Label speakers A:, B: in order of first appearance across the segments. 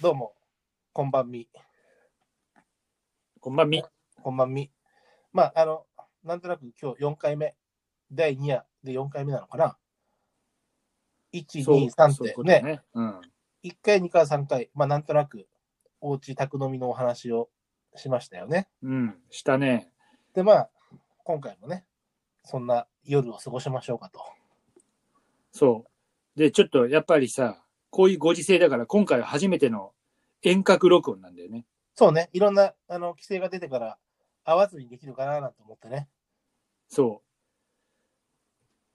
A: どうも、こんばんみ、
B: こんばんみ。
A: こんばんみ。まあ、あの、なんとなく今日4回目、第2夜で4回目なのかな。1、2、3
B: そう
A: って
B: いうこと
A: ね、
B: ね。うん。
A: 1回、2回、3回、まあ、なんとなく、おうち宅飲みのお話をしましたよね。
B: うん。したね。
A: で、まあ、今回もね、そんな夜を過ごしましょうかと。
B: そう。で、ちょっとやっぱりさ、こういうご時世だから、今回は初めての遠隔録音なんだよね。
A: そうね、いろんなあの規制が出てから、合わずにできるかななんて思ってね、
B: そ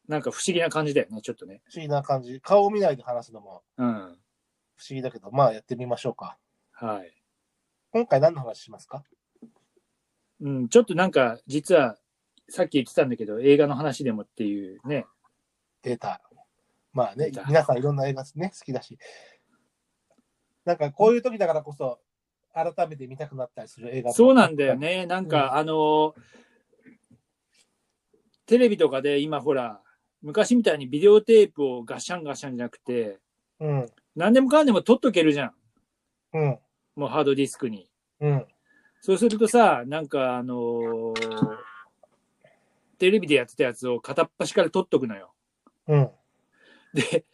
B: う。なんか不思議な感じだよね、ちょっとね。
A: 不思議な感じ、顔を見ないで話すのも
B: うん。
A: 不思議だけど、まあ、やってみましょうか。
B: はい。
A: 今回何の話しますか
B: うん、ちょっとなんか、実は、さっき言ってたんだけど、映画の話でもっていうね。
A: データ。まあね
B: 出た、
A: 皆さんいろんな映画ね、好きだし。なんかこういう時だからこそ、改めて見たくなったりする映画も
B: そうなんだよ。ね。なんか、
A: う
B: あの、テレビとかで今ほら、昔みたいにビデオテープをガシャンガシャンじゃなくて、
A: うん、
B: 何でもかんでも取っとけるじゃん。
A: うん、
B: もうハードディスクに。
A: うん。
B: そうするとさ、なんかあのーテレビでやってたやつを片っ端から取っとくのよ。
A: うん、
B: で、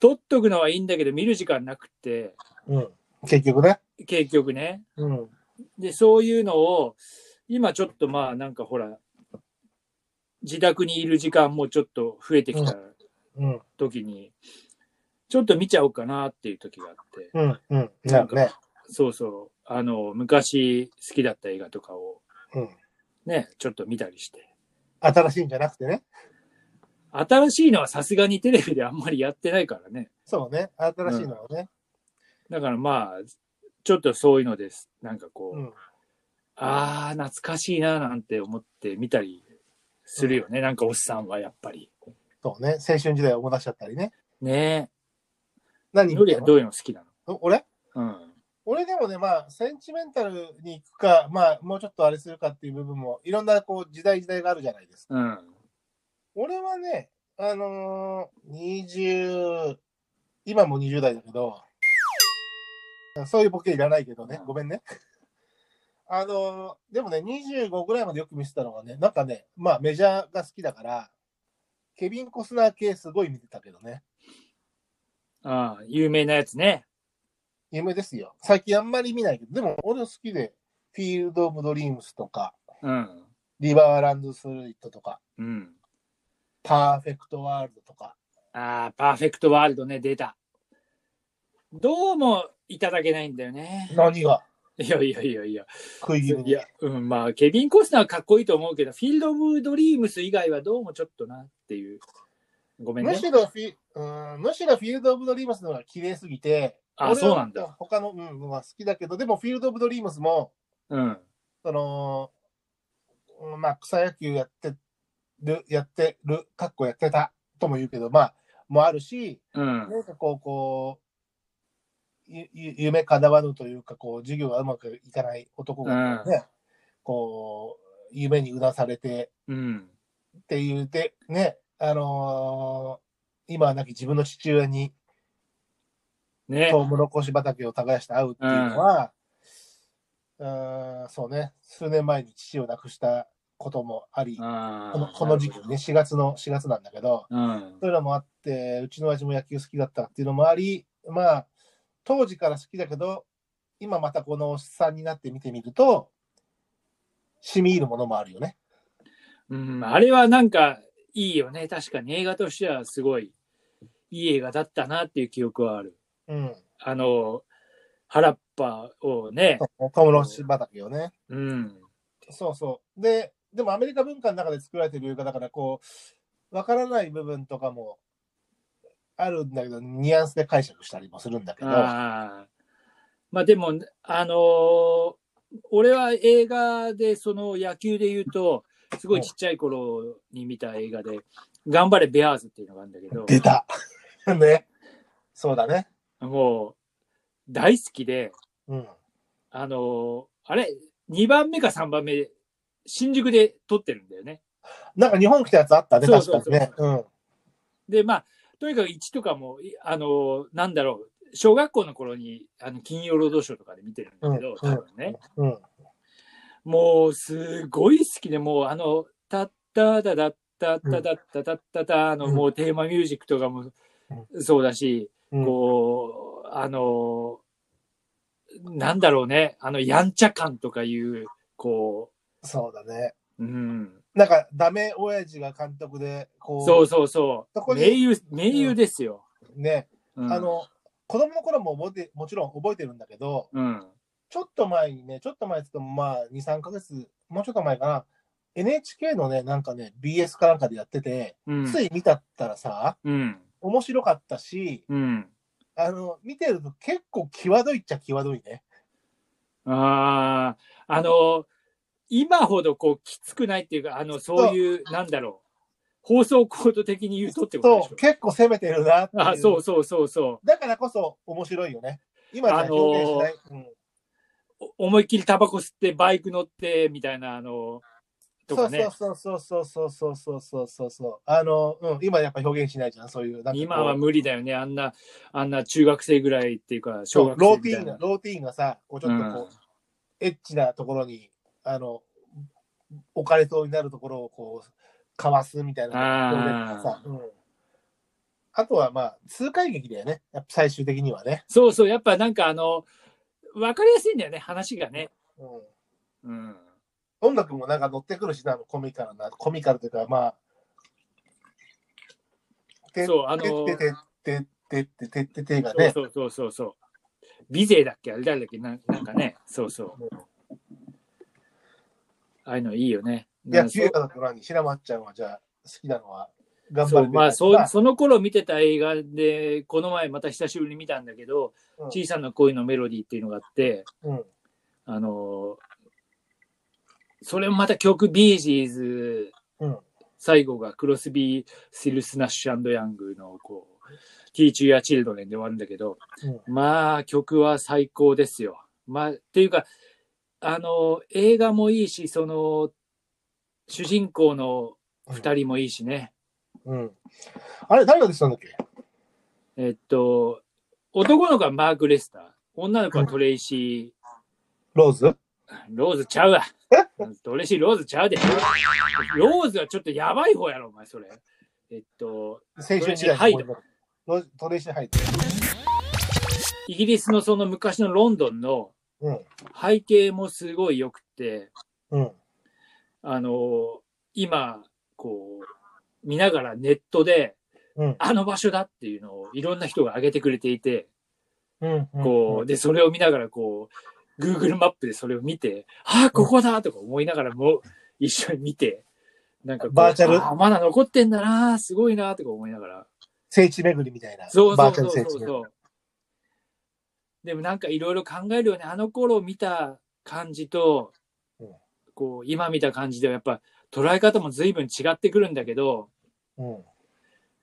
B: 取っとくのはいいんだけど見る時間なくって、
A: うん。結局ね。
B: 結局ね。
A: うん、
B: で、そういうのを、今ちょっとまあなんかほら、自宅にいる時間もちょっと増えてきた
A: うん、
B: 時に、ちょっと見ちゃおうかなっていう時があって、
A: うん、うん。なるね。
B: そうそう、あの、昔好きだった映画とかを
A: うん。
B: ね、ちょっと見たりして。
A: 新しいんじゃなくてね。
B: 新しいのはさすがにテレビであんまりやってないからね。
A: そうね。新しいのはね。
B: だからまあ、ちょっとそういうのです。なんかこう、
A: うん。
B: ああ、懐かしいななんて思って見たりするよね。なんかおっさんはやっぱり。
A: そうね。青春時代を思い出しちゃったりね。
B: ねえ。
A: 何
B: ノリはどういうの好きな
A: お俺
B: の
A: 俺でもね、まあ、センチメンタルに行くか、まあ、もうちょっとあれするかっていう部分も、いろんなこう、時代時代があるじゃないですか。
B: うん。うん。
A: 俺はね、あのー、20、今も20代だけど、そういうボケいらないけどね、ごめんね。 あのー、でもね、25ぐらいまでよく見せたのがね、なんかね、まあメジャーが好きだから、ケビン・コスナー系すごい見てたけどね、
B: ああ、有名なやつね。
A: 有名ですよ。最近あんまり見ないけど、でも俺好きで、フィールド・オブ・ドリームスとか、
B: うん。
A: リバーランド・スルイットとか、
B: うん。
A: パーフェクト・ワールドとか、
B: ああ、パーフェクトワールドね、出た。どうもいただけないんだよね。
A: 何が
B: いやいやいやいや。
A: 食い気味
B: い
A: に
B: や、うん、まあ、ケビン・コスナーはかっこいいと思うけど、フィールド・オブ・ドリームス以外はどうもちょっとなっていう。ごめん
A: む
B: ね。
A: しろフィ、うん、むしろフィールド・オブ・ドリームスの方が綺麗すぎて、
B: あ
A: 俺は
B: そうなんだ
A: 他の、うん、のが好きだけど、でもフィールド・オブ・ドリームスも、
B: うん。
A: その、うんまあ、草野球やってる、やってる、かっこやってたとも言うけど、まあ、もあるし、
B: うん。
A: なんかこう、こう、ゆゆ夢かなわぬというか、こう、授業がうまくいかない男がね、こう、夢にうなされて、
B: うん。
A: っていうで、ね、あのー今は亡き自分の父親に
B: ね
A: ト。ウモロコシ畑を耕して会うっていうのは、うーん、そうね、数年前に父を亡くしたこともあり、
B: あ
A: この
B: ー
A: この時期ね、。4月の、4月なんだけど、
B: うん
A: そ。ういうのもあって、うちの親父も野球好きだったっていうのもあり、まあ、当時から好きだけど、今またこのおっさんになって見てみると、染み入るものもあるよね。
B: うん、あれはなんかいいよね。確かに映画としてはすごいいい映画だったなっていう記憶はある。
A: うん。
B: あの、原っぱをね。
A: トウモロコシ畑をね。
B: うん。
A: そうそう。で、でもアメリカ文化の中で作られてる映画だから、こう、わからない部分とかもあるんだけど、ニュアンスで解釈したりもするんだけど、
B: ああ。まあでも、あのー俺は映画で、その野球で言うと、すごいちっちゃい頃に見た映画で、頑張れベアーズっていうのがあるんだけど、
A: 出た ね。そうだね。
B: もう、大好きで、
A: うん。
B: あのーあれ、2番目か3番目、新宿で撮ってるんだよね。
A: なんか日本来たやつあったね、
B: そう
A: 確
B: そうそう
A: かにね。うん。
B: で、まあ、とにかく1とかも、いあのーなんだろう、小学校の頃に、あの、金曜ロードショーとかで見てるんだけど、
A: うん
B: 多分ね。
A: うん。
B: もう、すごい好きで、もう、あの、タッタダダッタッタダッタタッタタの、
A: うん
B: もうテーマミュージックとかもそうだし、
A: うん
B: こう、あの、なんだろうね、あの、やんちゃ感とかいう、こ
A: そうだね。
B: う、うん。
A: なんか、ダメ親父が監督で、こう、
B: そうそうそ
A: そこ
B: う。
A: に
B: 名優、名優ですよ。
A: ね、
B: うん
A: あ、の、子供の頃も覚えて、もちろん覚えてるんだけど、
B: うん。
A: ちょっと前にね、ちょっと前って言っても、まあ、2、3ヶ月、もうちょっと前かな、NHK のね、なんかね、BS かなんかでやってて、
B: うん
A: つい見たったらさ、
B: うん。
A: 面白かったし、
B: うん。
A: あの、見てると結構際どいっちゃ際どいね。
B: ああ、あの、今ほどこう、きつくないっていうか、あの、そういう、なんだろう。放送コード的に言うとってことでし
A: そ
B: ょ
A: う、。結構攻めてるなっていう。
B: あそうそうそうそ
A: だからこそ面白いよね。今じ
B: あ
A: ゃ
B: のー
A: 表現しない。うん
B: う。お思いっきりタバコ吸って、バイク乗って、みたいな、あの、
A: そ
B: とか
A: う
B: ね。
A: そうそうそうそうそうそうそうそうそう。あの、うん、今やっぱ表現しないじゃん、そういう。なんかこう
B: 今は無理だよね。あんな、あんな中学生ぐらいっていうか、小
A: そう
B: 学
A: ロ
B: 生
A: ー
B: み
A: ティ
B: た
A: ー
B: い
A: ンが
B: な、。
A: ローティーンがさ、こうちょっとこう、
B: うん
A: エッチなところに、あの、置かれそうになるところをこう、かわすみたいな表現とかさ。うんあとはまあ、痛快劇だよね。やっぱ最終的にはね。
B: そうそう、やっぱなんかあの、わかりやすいんだよね、話がね。
A: うん、
B: うん。
A: 音楽もなんか乗ってくるしな、コミカルな、コミカルというか、まあ、て
B: そう、あの、
A: てててててててててがね。
B: そうそうそうそう。ビゼだっけあれ誰だっけなんなんかね、そうそう。ああいうのいいよね。
A: いや、
B: なんか
A: 九花の頃に白松ちゃんはじゃあ好きなのは頑
B: そ
A: 張
B: う
A: る
B: まあ
A: そう
B: そ、その頃見てた映画で、この前また久しぶりに見たんだけど、
A: うん
B: 小さな恋のメロディーっていうのがあって、
A: うん。
B: あのーそれもまた曲ビージーズ、
A: うん
B: 最後がクロスビー・シルスナッシュヤングのこう、ティーチュー・ア・チルドレンで終わるんだけど、まあ曲は最高ですよ。まあ、っていうか、あのー映画もいいし、その、主人公の二人もいいしね。
A: うん。うん。あれ、誰が出てたんだっけ
B: えっと、男の子はマーク・レスター、女の子はトレイシ
A: ローズ
B: ー、ローズちゃうわ。トレイシー・ローズちゃうで。ローズはちょっとやばい方やろ、お前、それ。えっと、
A: 青春時代の
B: ハイド
A: ローズトレイシーハイド。
B: イギリスのその昔のロンドンの
A: うん。
B: 背景もすごい良くて、
A: うん。
B: あの、今、こう、見ながらネットで、
A: うん。
B: あの場所だっていうのをいろんな人が挙げてくれていて、
A: うん。うん
B: こう、で、それを見ながら、こう、Google マップでそれを見て、ああ、ここだとか思いながらも、一緒に見て、なんかこう、
A: バーチャル
B: あーまだ残ってんだな、すごいな、とか思いながら。
A: 聖地巡りみたいな。
B: そうそ
A: バー
B: う
A: チャ
B: そ
A: ル聖
B: うそ
A: 地巡り。
B: うそう。でもなんかいろいろ考えるよね。あの頃見た感じと
A: うん、
B: こう、今見た感じではやっぱ捉え方も随分違ってくるんだけど、
A: うん。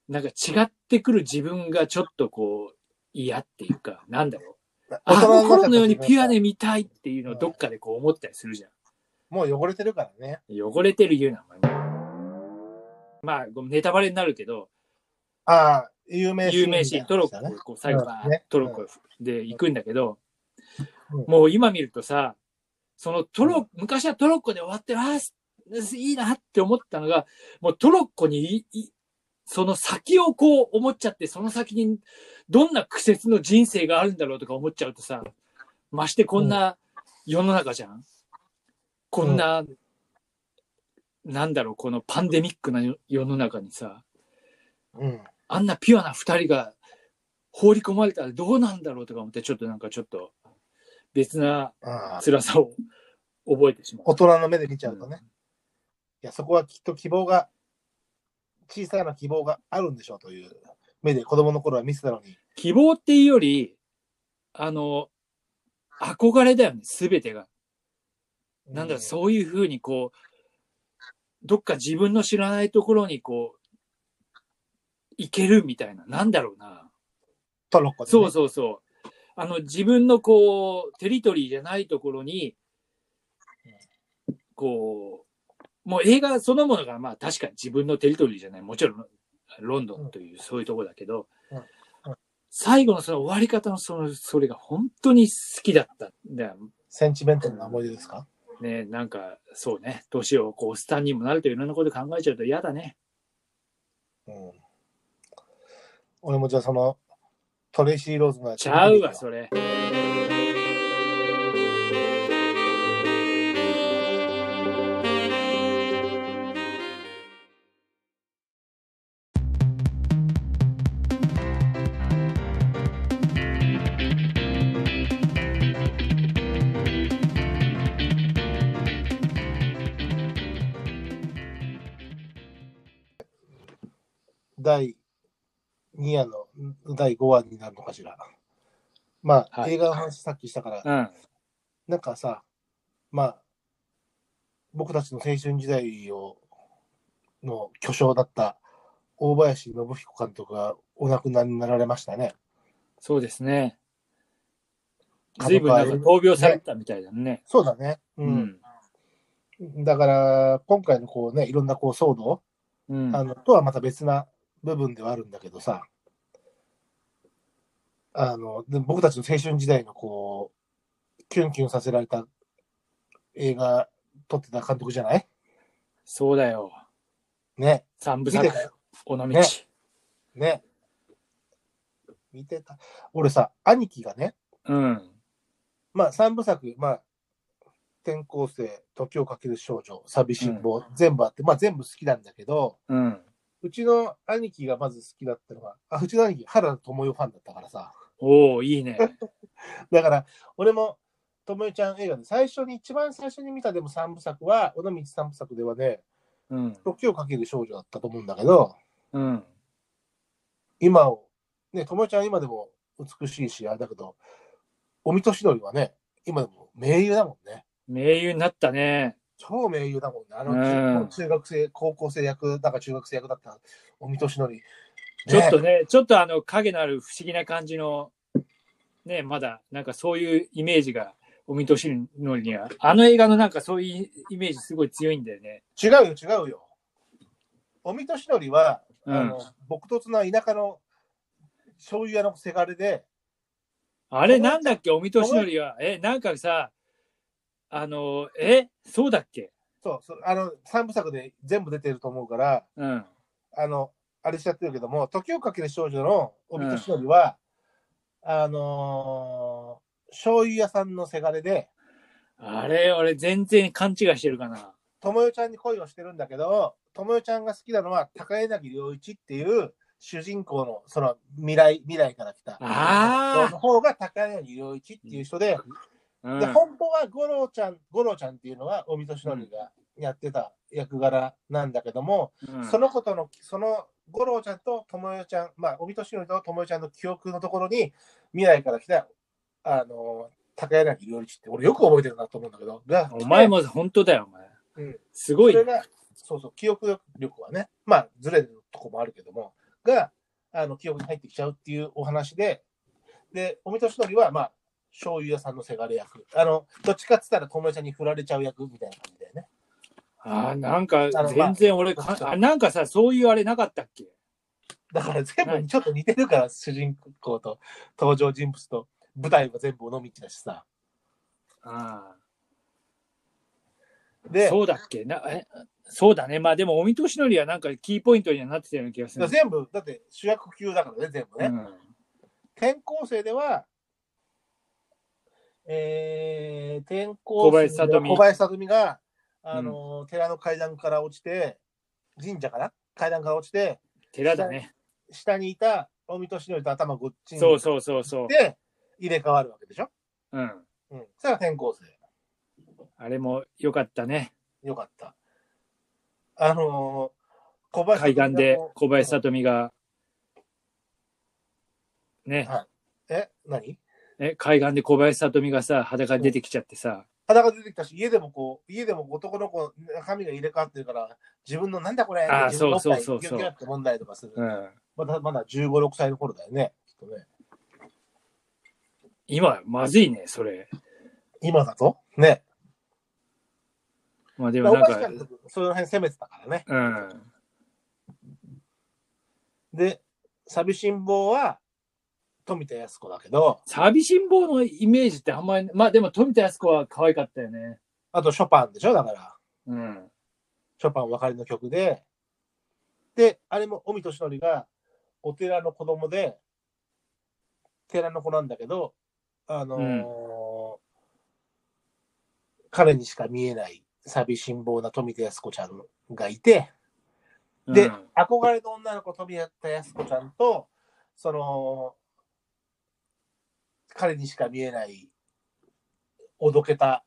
B: なんか違ってくる自分がちょっとこう、嫌っていうか、なんだろう。
A: 大
B: あ
A: 人になっちゃった
B: の頃のようにピュアで見たいっていうのをどっかでこう思ったりするじゃん。
A: もう汚れてるからね。
B: 汚れてる言うな、お前まあ、ごめんネタバレになるけど、
A: ああ、有名
B: 有名シ
A: シ
B: ー
A: ー
B: ン、
A: ン
B: トロ
A: み
B: ッ
A: たい
B: コ
A: な、
B: こう最後
A: うん
B: は
A: ね
B: トロッコで行くんだけど
A: うん、
B: もう今見るとさ、そのトロ、昔はトロッコで終わって、ああ、すいいなって思ったのが、もうトロッコにい、いその先をこう思っちゃって、その先にどんな苦節の人生があるんだろうとか思っちゃうとさ、ましてこんな世の中じゃん。こんな、なんだろう、このパンデミックな世世の中にさ、
A: うん。
B: あんなピュアな二人が放り込まれたらどうなんだろうとか思って、ちょっとなんかちょっと別な
A: ああ
B: 辛さを覚えてしまう。
A: 大人の目で見ちゃうとね。いや、そこはきっと希望が、小さな希望があるんでしょうという目で子供の頃は見せたのに。
B: 希望っていうより、あの、憧れだよね、すべてが。なんだろう、そういうふうにこう、どっか自分の知らないところにこう、行けるみたいな、なんだろうな。
A: トロッコで、ね。
B: そうそうそう。あの、自分のこう、テリトリーじゃないところに、こう、もう映画そのものが、まあ確かに自分のテリトリーじゃない。もちろん、ロンドンというそういうところだけど
A: うんうん、
B: 最後のその終わり方のその、それが本当に好きだったんだよ
A: センチメンタルな思い出ですか
B: ね。なんか、そうね。年をこう、スタンにもなるといろんなこと考えちゃうと嫌だね。
A: うん。俺もじゃあその、トレイシー・ローズのやつ
B: ちゃうわ、それ。
A: 第2夜の第5話になるのかしら。まあ、
B: はい
A: 映画の話さっきしたから、
B: うん。
A: なんかさ、まあ、僕たちの青春時代を、の巨匠だった大林信彦監督がお亡くなりになられましたね。
B: そうですね。
A: 株価
B: 随分なんか闘病されてたみたいだね。
A: そうだね。うん。。だから、今回のこうね、いろんなこう騒動、
B: うん。
A: あのとはまた別な部分ではあるんだけどさ、あの、で僕たちの青春時代のこう、キュンキュンさせられた映画撮ってた監督じゃない
B: そうだよ。
A: ね。
B: 三部
A: 見て
B: 作
A: た、よ。
B: 尾道。
A: ねね。見てた。俺さ、兄貴がね、
B: うん。
A: まあ三部作、まあ、転校生、時をかける少女、寂しん坊、全部あって、まあ全部好きなんだけど、
B: うん。
A: うちの兄貴がまず好きだったのが、あ、うちの兄貴、原田智代ファンだったからさ。
B: おおい いね。
A: だから、俺も、ともよちゃん映画で最初に、一番最初に見たでも三部作は、尾道三部作ではね、
B: うん。
A: 時をかける少女だったと思うんだけど、
B: うん。
A: 今を、ね、ともよちゃんは今でも美しいし、あれだけど、おみとしのりはね、今でも名優だもんね。
B: 名優になったね。
A: 超名優だもんね。あの、
B: うん
A: 中学生、高校生役、だから中学生役だったおみとしのり。ね
B: ちょっとね、ちょっとあの、影のある不思議な感じの、ね、まだ、なんかそういうイメージが、お見通しのには、あの映画のなんかそういうイメージすごい強いんだよね。
A: 違うよ、違うよ。おみとしのりは、
B: うん
A: あの、僕とつな田舎の醤油屋のせがれで、
B: あれなんだっけ、お見通しのりは。え、なんかさ、あの、え、そうだっけ
A: そうそう、あの、三部作で全部出てると思うから、
B: うん。
A: あの、あれしちゃってるけども、時をかける少女の帯としのりは、あのー醤油屋さんのせがれで、
B: あれ、俺全然勘違いしてるかな。
A: ともよちゃんに恋をしてるんだけど、ともよちゃんが好きなのは高柳良一っていう主人公の、その未来、未来から来た。
B: あー
A: の方が高柳良一っていう人で、
B: うん
A: で、本当は五郎ちゃん、五郎ちゃんっていうのは、おみとしのりがやってた役柄なんだけども、
B: うん
A: そのことの、その五郎ちゃんとともよちゃん、まあ、おみとしのりとともよちゃんの記憶のところに、未来から来た、あの、高柳良一って、俺よく覚えてるなと思うんだけど、が
B: お前、も本当だよ、お前。
A: うん
B: すごい
A: それ。が、そうそう、記憶力はね、まあ、ずれるとこもあるけども、が、あの、記憶に入ってきちゃうっていうお話で、で、おみとしのりは、まあ、醤油屋さんのせがれ役。あの、どっちかっつったら友達に振られちゃう役みたいな感じだよね。
B: あーなんか
A: のまあ
B: 全然俺か、あなんかさ、そういうあれなかったっけ
A: だから全
B: は
A: 部
B: い
A: ちょっと似てるから、主人公と登場人物と舞台は全部尾道だしさ。
B: ああ
A: で、
B: そうだっけなえそうだね。まあでも、お見通しのりはなんかキーポイントにはなってたような気がする。
A: 全部、だって主役級だからね、全部ね。
B: うん
A: 転校生では、えー、転校
B: 小林
A: 生で
B: 聡
A: は
B: 美
A: 小林さとみが、あの、寺の階段から落ちて、神社かな階段から落ちて、
B: 寺だね。
A: 下にいた大見敏則と頭ごっちに
B: そうそうそうそう。
A: で入れ替わるわけでしょ
B: うん。
A: うん。それが転校生。
B: あれも良かったね。
A: よかった。あのー小林聡美が
B: 海岸で小林さとみが。ね
A: は。え、何
B: え海岸で小林さとみがさ、裸出てきちゃってさ。
A: 裸出てきたし、家でもこう、家でも男の子、髪が入れ替わってるから、自分のなんだこれ、
B: あー
A: 自分のおっぱい
B: そうそうそうそう
A: ギュッギュッって問題とかする。
B: うん。
A: まだまだ15、6歳の頃だよね。きっとね
B: 今、まずいね、それ。
A: 今だとね。
B: まあで
A: まあ
B: も
A: 大
B: なん
A: 橋
B: か
A: 監、督、その辺攻めてたからね。
B: うん。
A: で、寂しん坊は、富田靖子だけど、
B: 寂しん坊のイメージってあんまり、まあでも富田靖子は可愛かったよね。
A: あとショパンでしょだから。
B: うん。
A: ショパンお別れの曲で。で、あれも、尾身敏則が、お寺の子供で、寺の子なんだけど、あのー彼にしか見えない寂しん坊な富田靖子ちゃんがいて、で、
B: うん
A: 憧れの女の子、富田靖子ちゃんと、その、彼にしか見えない、おどけた、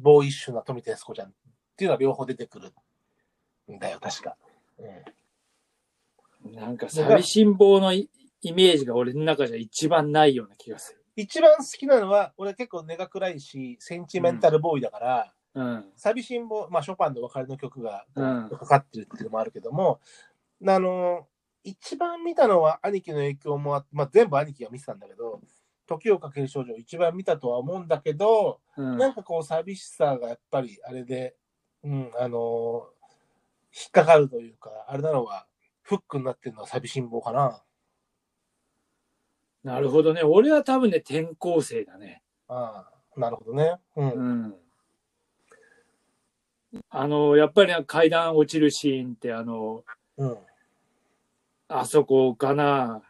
A: ボーイッシュな富田靖子ちゃんっていうのは両方出てくるんだよ、確か。うん、
B: なんか寂しん坊のイイメージが俺の中じゃ一番ないような気がする。
A: 一番好きなのは、俺結構根が暗いし、センチメンタルボーイだから、
B: うん。
A: 寂しんぼ、まあ、ショパンの別れの曲が
B: うん
A: かかってるっていうのもあるけども、あの、一番見たのは兄貴の影響もあって、まあ、全部兄貴が見てたんだけど、時をかける少女を一番見たとは思うんだけど、
B: うん。
A: なんかこう寂しさがやっぱりあれで、うん、あの、引っかかるというか、あれなのは、フックになってるのは寂しんぼかな。
B: なるほどね。俺は多分ね、転校生だね。
A: ああ、なるほどね。うん。
B: うん。あの、やっぱりね階段落ちるシーンって、あの、
A: うん。
B: あそこかな。
A: うん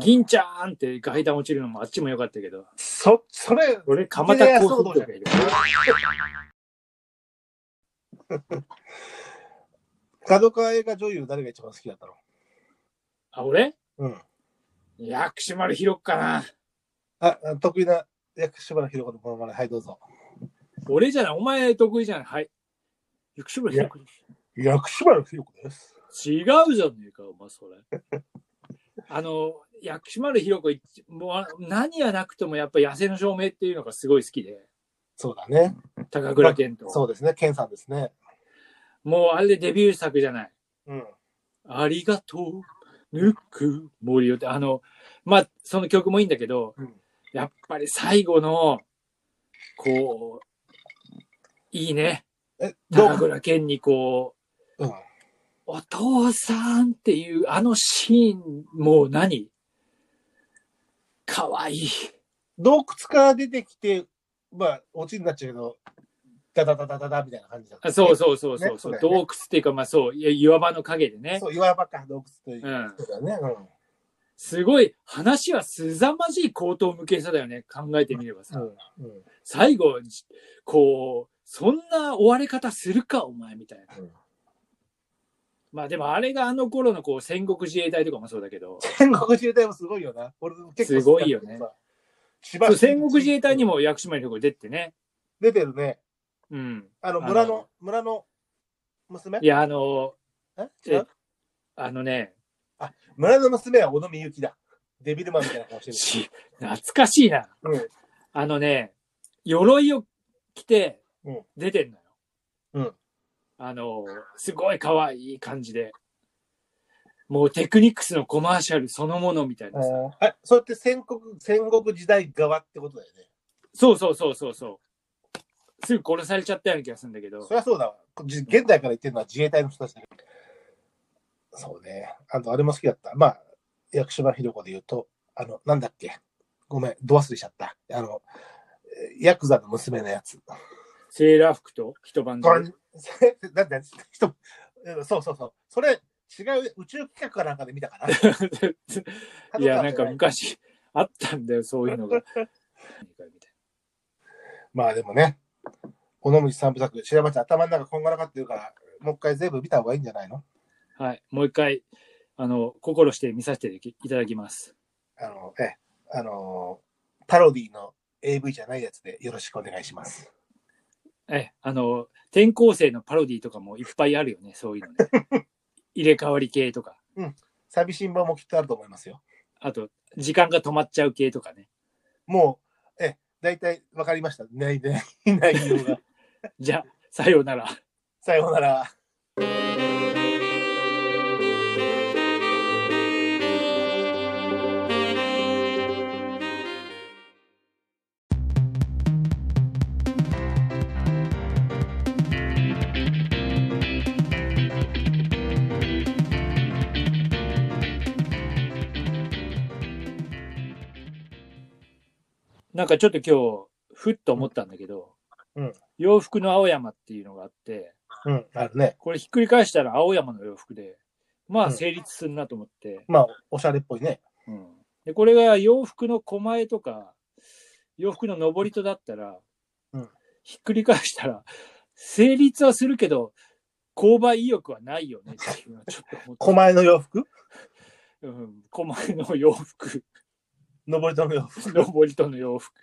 B: 銀ちゃんって階段落ちるのもあっちも良かったけど。
A: そ、それ、
B: 俺、蒲田高速道路
A: 角川映画女優誰が一番好きだったの
B: あ、俺
A: うん。
B: 薬師丸ひろかな。
A: あ、あ得意な薬師丸ひろ子のものまね。はい、どうぞ。
B: 俺じゃない。お前得意じゃない。はい。薬師丸ひろ子
A: 薬師丸ひろ子です。
B: 違うじゃねえか、お前、それ。 あの、薬師丸ひろ子一、もう何がなくともやっぱ野生の証明っていうのがすごい好きで、
A: そうだね。
B: 高倉健と。
A: そうですね。ケンさんですね。
B: もうあれでデビュー作じゃない。
A: うん。
B: ありがとう、ぬくもりよって、あの、まあ、その曲もいいんだけど、
A: うん
B: やっぱり最後の、こう、いいね。
A: え、ど
B: 高
A: う
B: 倉健にこう、
A: うん。
B: お父さんっていうあのシーン、もう何かわいい。
A: 洞窟から出てきて、まあ、オチになっちゃうけど、ダダダダダダみたいな感じだった、
B: あそうそうそうそう
A: ね
B: そ、
A: そううだよ
B: 洞
A: ね
B: 窟っていうか、まあそう、いや岩場の影でね。
A: そう、岩場か洞窟という
B: う
A: か。
B: ん。
A: そうだね。
B: すごい、話はすざまじい高等無形さだよね。考えてみればさ。
A: うん。うん。うん。
B: 最後、じこう、そんな終われ方するか、お前、みたいな。
A: うん
B: まあでも、あれがあの頃のこう、戦国自衛隊とかもそうだけど、
A: 戦国自衛隊もすごいよな。俺結構
B: すごいよね
A: 好きだけ
B: そ
A: ど
B: う
A: さ。
B: 戦国自衛隊に
A: も
B: も薬師丸ひろ子出てね。
A: 出てるね。
B: うん。
A: あの、
B: あの
A: 村の、村の娘
B: いや、あの、
A: え
B: え
A: 違う
B: あのね、
A: 村の娘は小野美雪だ。デビルマンみたいな顔 してる。
B: し懐かしいな。
A: うん。
B: あのね、鎧を着て
A: うん、
B: 出てんのよ。
A: うん。
B: あの、すごい可愛い感じで。もうテクニックスのコマーシャルそのものみたいなさ。
A: あ、そうやって戦国、戦国時代側ってことだよね。
B: そうそうそうそうそう。すぐ殺されちゃったような気がするんだけど
A: そ。りゃそうだわ。じ現代から言ってるのは自衛隊の人たちだけど。そうね。あと、あれも好きだった。まあ、薬師丸ひろ子で言うと、あの、なんだっけ。ごめん、ド忘れしちゃった。あの、えヤクザの娘のやつ。
B: セーラー服と一晩で
A: こ。れ、なんだ人、うんそうそうそう。それ、違う宇宙企画かなんかで見たかな。
B: いや、なんか
A: 角川じゃい
B: 昔あったんだよ、そういう のが。
A: まあでもね、尾道三部作、白町頭の中こんがらかってるから、もう一回全部見た方がいいんじゃないの
B: はい。もう一回、あの、心して見させていただきます。
A: あの、ええ、あのー、パロディの AV じゃないやつでよろしくお願いします。
B: え、あの、転校生のパロディとかもいっぱいあるよね、そういうのね。 入れ替わり系とか。
A: 寂しんぼもきっとあると思いますよ。
B: あと、時間が止まっちゃう系とかね。
A: もう、ええ、大体わかりました。ないない、内容 が。
B: じゃあ、さようなら。
A: さようなら。
B: なんかちょっと今日、ふっと思ったんだけど、
A: うん
B: 洋服の青山っていうのがあって、
A: うん、あるね。
B: これひっくり返したら青山の洋服で、
A: う
B: まあ
A: ん
B: 成立するなと思って、
A: まあ、おしゃれっぽいね。
B: うんでこれが洋服の狛江とか、洋服の上りとだったら、
A: うん
B: ひっくり返したら、成立はするけど、購買意欲はないよねっていうのはちょっと思っ
A: 狛江の洋服
B: た。うん、狛江の洋服。
A: 登り戸の洋服。
B: 登りとの洋服。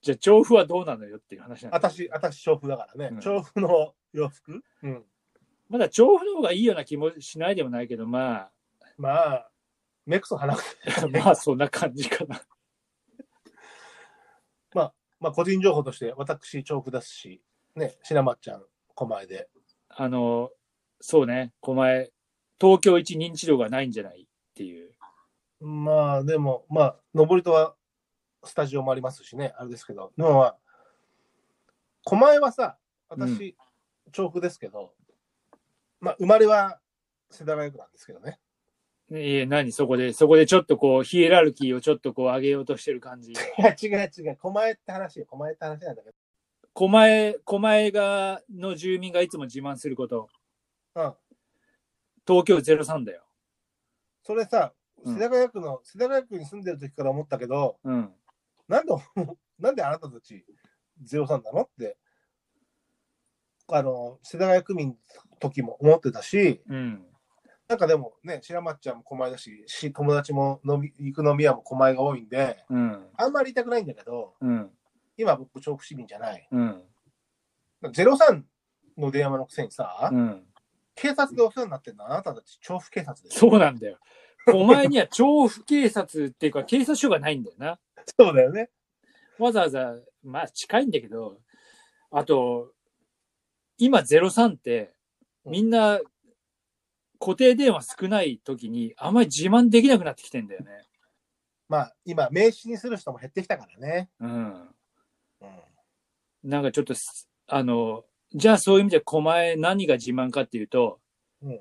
B: じゃあ、調布はどうなのよっていう話なんだ
A: 私、私、調布だから
B: うん
A: ね。調布の洋服うん。
B: まだ調布の方がいいような気もしないでもないけど、ま
A: まあ、目くそ鼻くそ。
B: あ、 まあ、そんな感じかな。
A: まあ、個人情報として、私、調布ですし、ね、しなまっちゃん、狛江で。
B: あの、そうね、狛江、東京一認知度がないんじゃないっていう。
A: まあ、でも、まあ、登り戸は、スタジオもありますしね、あれですけど。でもまあ、狛江はさ、私、調布ですけど、まあ、生まれは世田谷区なんですけどね。
B: ねいえ、何そこで、そこでちょっとこう、ヒエラルキーをちょっとこう上げようとしてる感 じ。
A: いや、違う違う。狛江って話よ。狛江って話なんだけ
B: 狛江、狛江が、の住民がいつも自慢すること、
A: ど。うん。
B: 東京03だよ。
A: それさ、
B: うん
A: 世田谷区の、世田谷区に住んでる時から思ったけど、
B: うん。
A: なんで、なんであなたたち03なのって、あの、世田谷区民の時も思ってたし、
B: うん。
A: なんかでもね、白松ちゃんも狛江だし、し友達も飲み行く飲み屋も狛江が多いんで、
B: うん。
A: あんまり言いたくないんだけど、
B: うん。
A: 今僕、調布市民じゃない。
B: うん。
A: 03の電話のくせにさ、
B: うん。
A: 警察でお世話になってるのはあなたたち調布警察です。
B: そうなんだよ。狛江には調布警察っていうか警察署がないんだよな。
A: そうだよね。
B: わざわざ、まあ近いんだけど、あと、今03ってみんな固定電話少ない時にあんまり自慢できなくなってきてんだよね。
A: まあ、今、名刺にする人も減ってきたからね。
B: うん。
A: うん。
B: なんかちょっとす、あの、じゃあそういう意味で狛江何が自慢かっていうと、
A: うん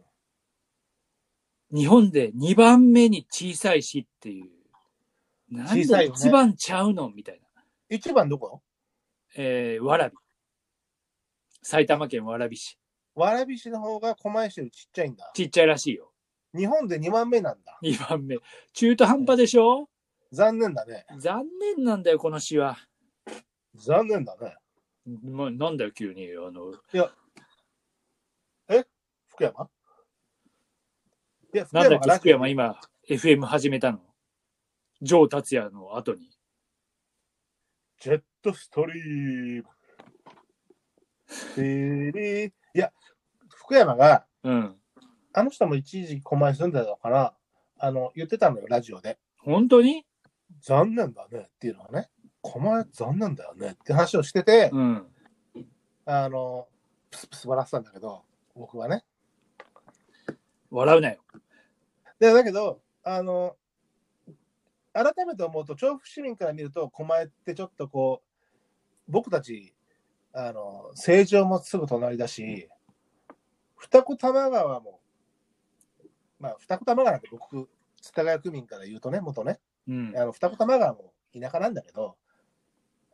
B: 日本で2番目に小さい市っていう。なんで
A: 小さいよね
B: 一番ちゃうのみたいな。
A: 一番どこ
B: えー、蕨。埼玉県蕨市。
A: 蕨市の方が狛江市よりちっちゃいんだ。
B: ちっちゃいらしいよ。
A: 日本で2番目なんだ。
B: 2番目。中途半端でしょ
A: 残念だね。
B: 残念なんだよ、この市は。
A: 残念だね。
B: まなんだよ、急に。あの、
A: 福山いや、福
B: なんだっけ、
A: が
B: 福山今、FM 始めたの。ジョー達也の後に。
A: ジェットストリーム。えリー。いや、福山が、
B: うん。
A: あの人も一時期狛江住んでたのかな。あの、言ってたのよ、ラジオで。
B: 本当に
A: 残念だねっていうのはね。狛江残念だよねって話をしてて、
B: うん。
A: あの、プスプス笑ってたんだけど、僕はね。
B: 笑うなよ。
A: でだけど、あの、改めて思うと、調布市民から見ると、狛江ってちょっとこう、僕たち、あの、成城もすぐ隣だし、二子玉川も、まあ、二子玉川なんて僕、世田谷区民から言うとね、元ね、
B: うん。
A: あの二子玉川も田舎なんだけど、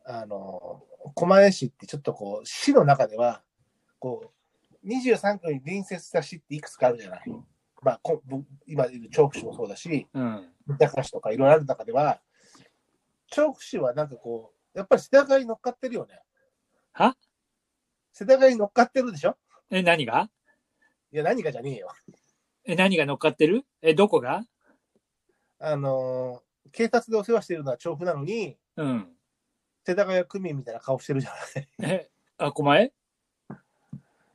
A: あの、狛江市ってちょっとこう、市の中では、こう、23区に隣接した市っていくつかあるじゃない。まあ、こ僕今いる調布市もそうだし、
B: うん。
A: 三鷹市とかいろいろある中では、調布市はなんかこう、やっぱり世田谷に乗っかってるよね。
B: は
A: 世田谷に乗っかってるでしょ
B: え、何が
A: いや、何かじゃねえよ。
B: え、何が乗っかってるえ、どこが
A: あのー警察でお世話してるのは調布なのに、
B: うん。
A: 世田谷区民みたいな顔してるじゃない。
B: え、あ、狛江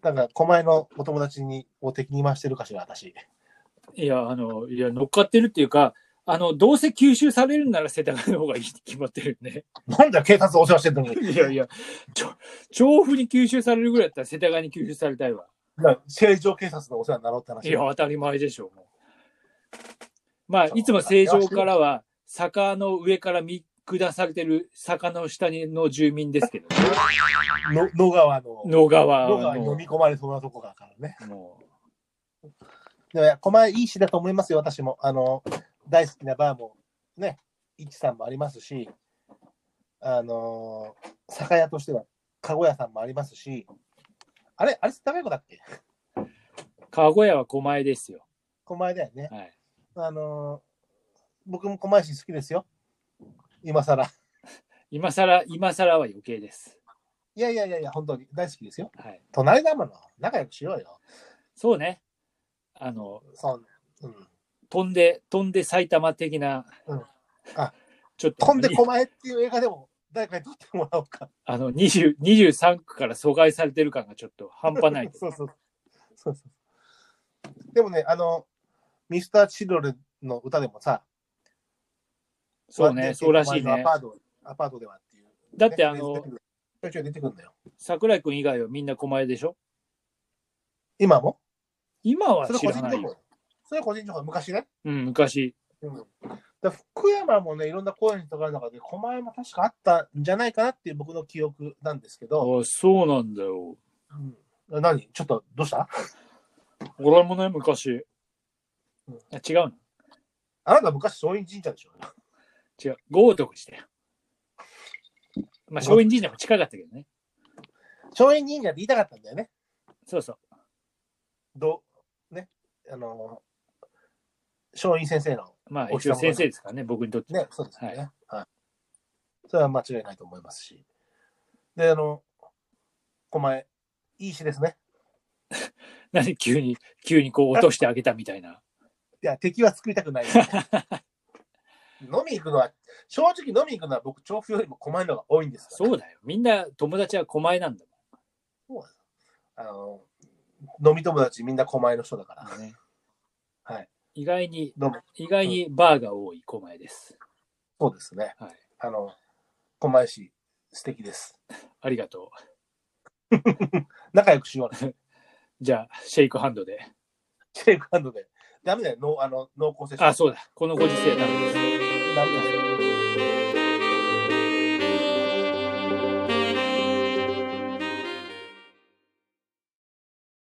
A: なんか、狛江のお友達に、を敵に回してるかしら、私。
B: いや、あの、いや、乗っかってるっていうか、あの、どうせ吸収されるなら世田谷の方がいいって決まってるよね。
A: なんだよ、警察お世話してるのに。
B: いやいや、ちょ、調布に吸収されるぐらいだったら世田谷に吸収されたいわ。
A: なんか成城警察のお世話になろうって話。
B: いや、当たり前でしょう、もう。まあ、いつも正常からは、坂の上から見下されてる坂の下にの住民ですけど、
A: の野川の、
B: 野
A: 野
B: 川の
A: 川に飲み込まれそうなとこだからね。
B: も
A: でもいや、狛江いい市だと思いますよ、私も。あの、大好きなバーも、ね、一さんもありますし、あのー酒屋としては、かご屋さんもありますし、あれあれ、高い子だっけ
B: 籠屋は狛江ですよ。
A: 狛江だよね。
B: はい。
A: あのー僕も狛江市好きですよ。今更。
B: 今更、今更は余計です。
A: いやいやいやいや、本当に大好きですよ。
B: はい。
A: 隣だもの。仲良くしようよ。
B: そうね。あの、
A: そう。うん。
B: 飛んで、飛んで埼玉的な。
A: うんあ
B: ちょっと、
A: 飛んで狛江っていう映画でも誰かに撮ってもらおうか。
B: あの、20 23区から阻害されてる感がちょっと半端ないで す。
A: そうそう。そうそう。でもね、あの、ミスター・チルドレンの歌でもさ、
B: そうね、そうらしい
A: ア
B: ね。
A: パート、アパートではっていう、
B: だってあ
A: 出て、
B: の
A: くる、ちょいちょい出てくるんだよ。
B: 桜井くん以外はみんな狛江でしょ
A: 今も
B: 今は
A: それ
B: 知
A: 個
B: ら
A: 人
B: な
A: 情
B: いよ。
A: 報。それ個人情報、昔ね。
B: うん、昔。
A: うん。だ福山もね、いろんな公演とかある中で、狛江も確かあったんじゃないかなっていう僕の記憶なんですけ
B: あ
A: ど、
B: そうなんだよ。
A: うん、何ちょっとどうした
B: 俺もね、昔。
A: うん
B: あ違うの
A: あなた昔、松陰神社でしょ
B: 違う。豪徳寺だよ。まあ、松陰神社も近かったけどね。
A: 松陰神社って言いたかったんだよね。
B: そうそう。
A: どう、ね、あの、松陰先生の、
B: まあ、
A: お日
B: 一応
A: 様
B: 先生ですからね、僕にとって。
A: ね、そうですよね。はい。それは間違いないと思いますし。で、あの、狛江、いい詩ですね。
B: 何急に、急にこう落としてあげたみたいな。
A: いや、敵は作りたくない。 飲み行くのは、正直飲み行くのは僕、調布よりも狛江の方が多いんですから
B: そうだよ。みんな友達は狛江なんだ
A: あの、飲み友達みんな狛江の人だから
B: も。んね。
A: はい。
B: 意外に、
A: どうも、
B: 意外にバーが多い狛江です。
A: そうですね。
B: はい
A: あの、狛江市、素敵です。
B: ありがとう。
A: 仲良くしようね。
B: じゃあ、シェイクハンドで。
A: シェイクハンドで。ダメだよ、のあの濃厚接触。
B: あ、そうだ。このご時世ダメです。
A: ダメですよ。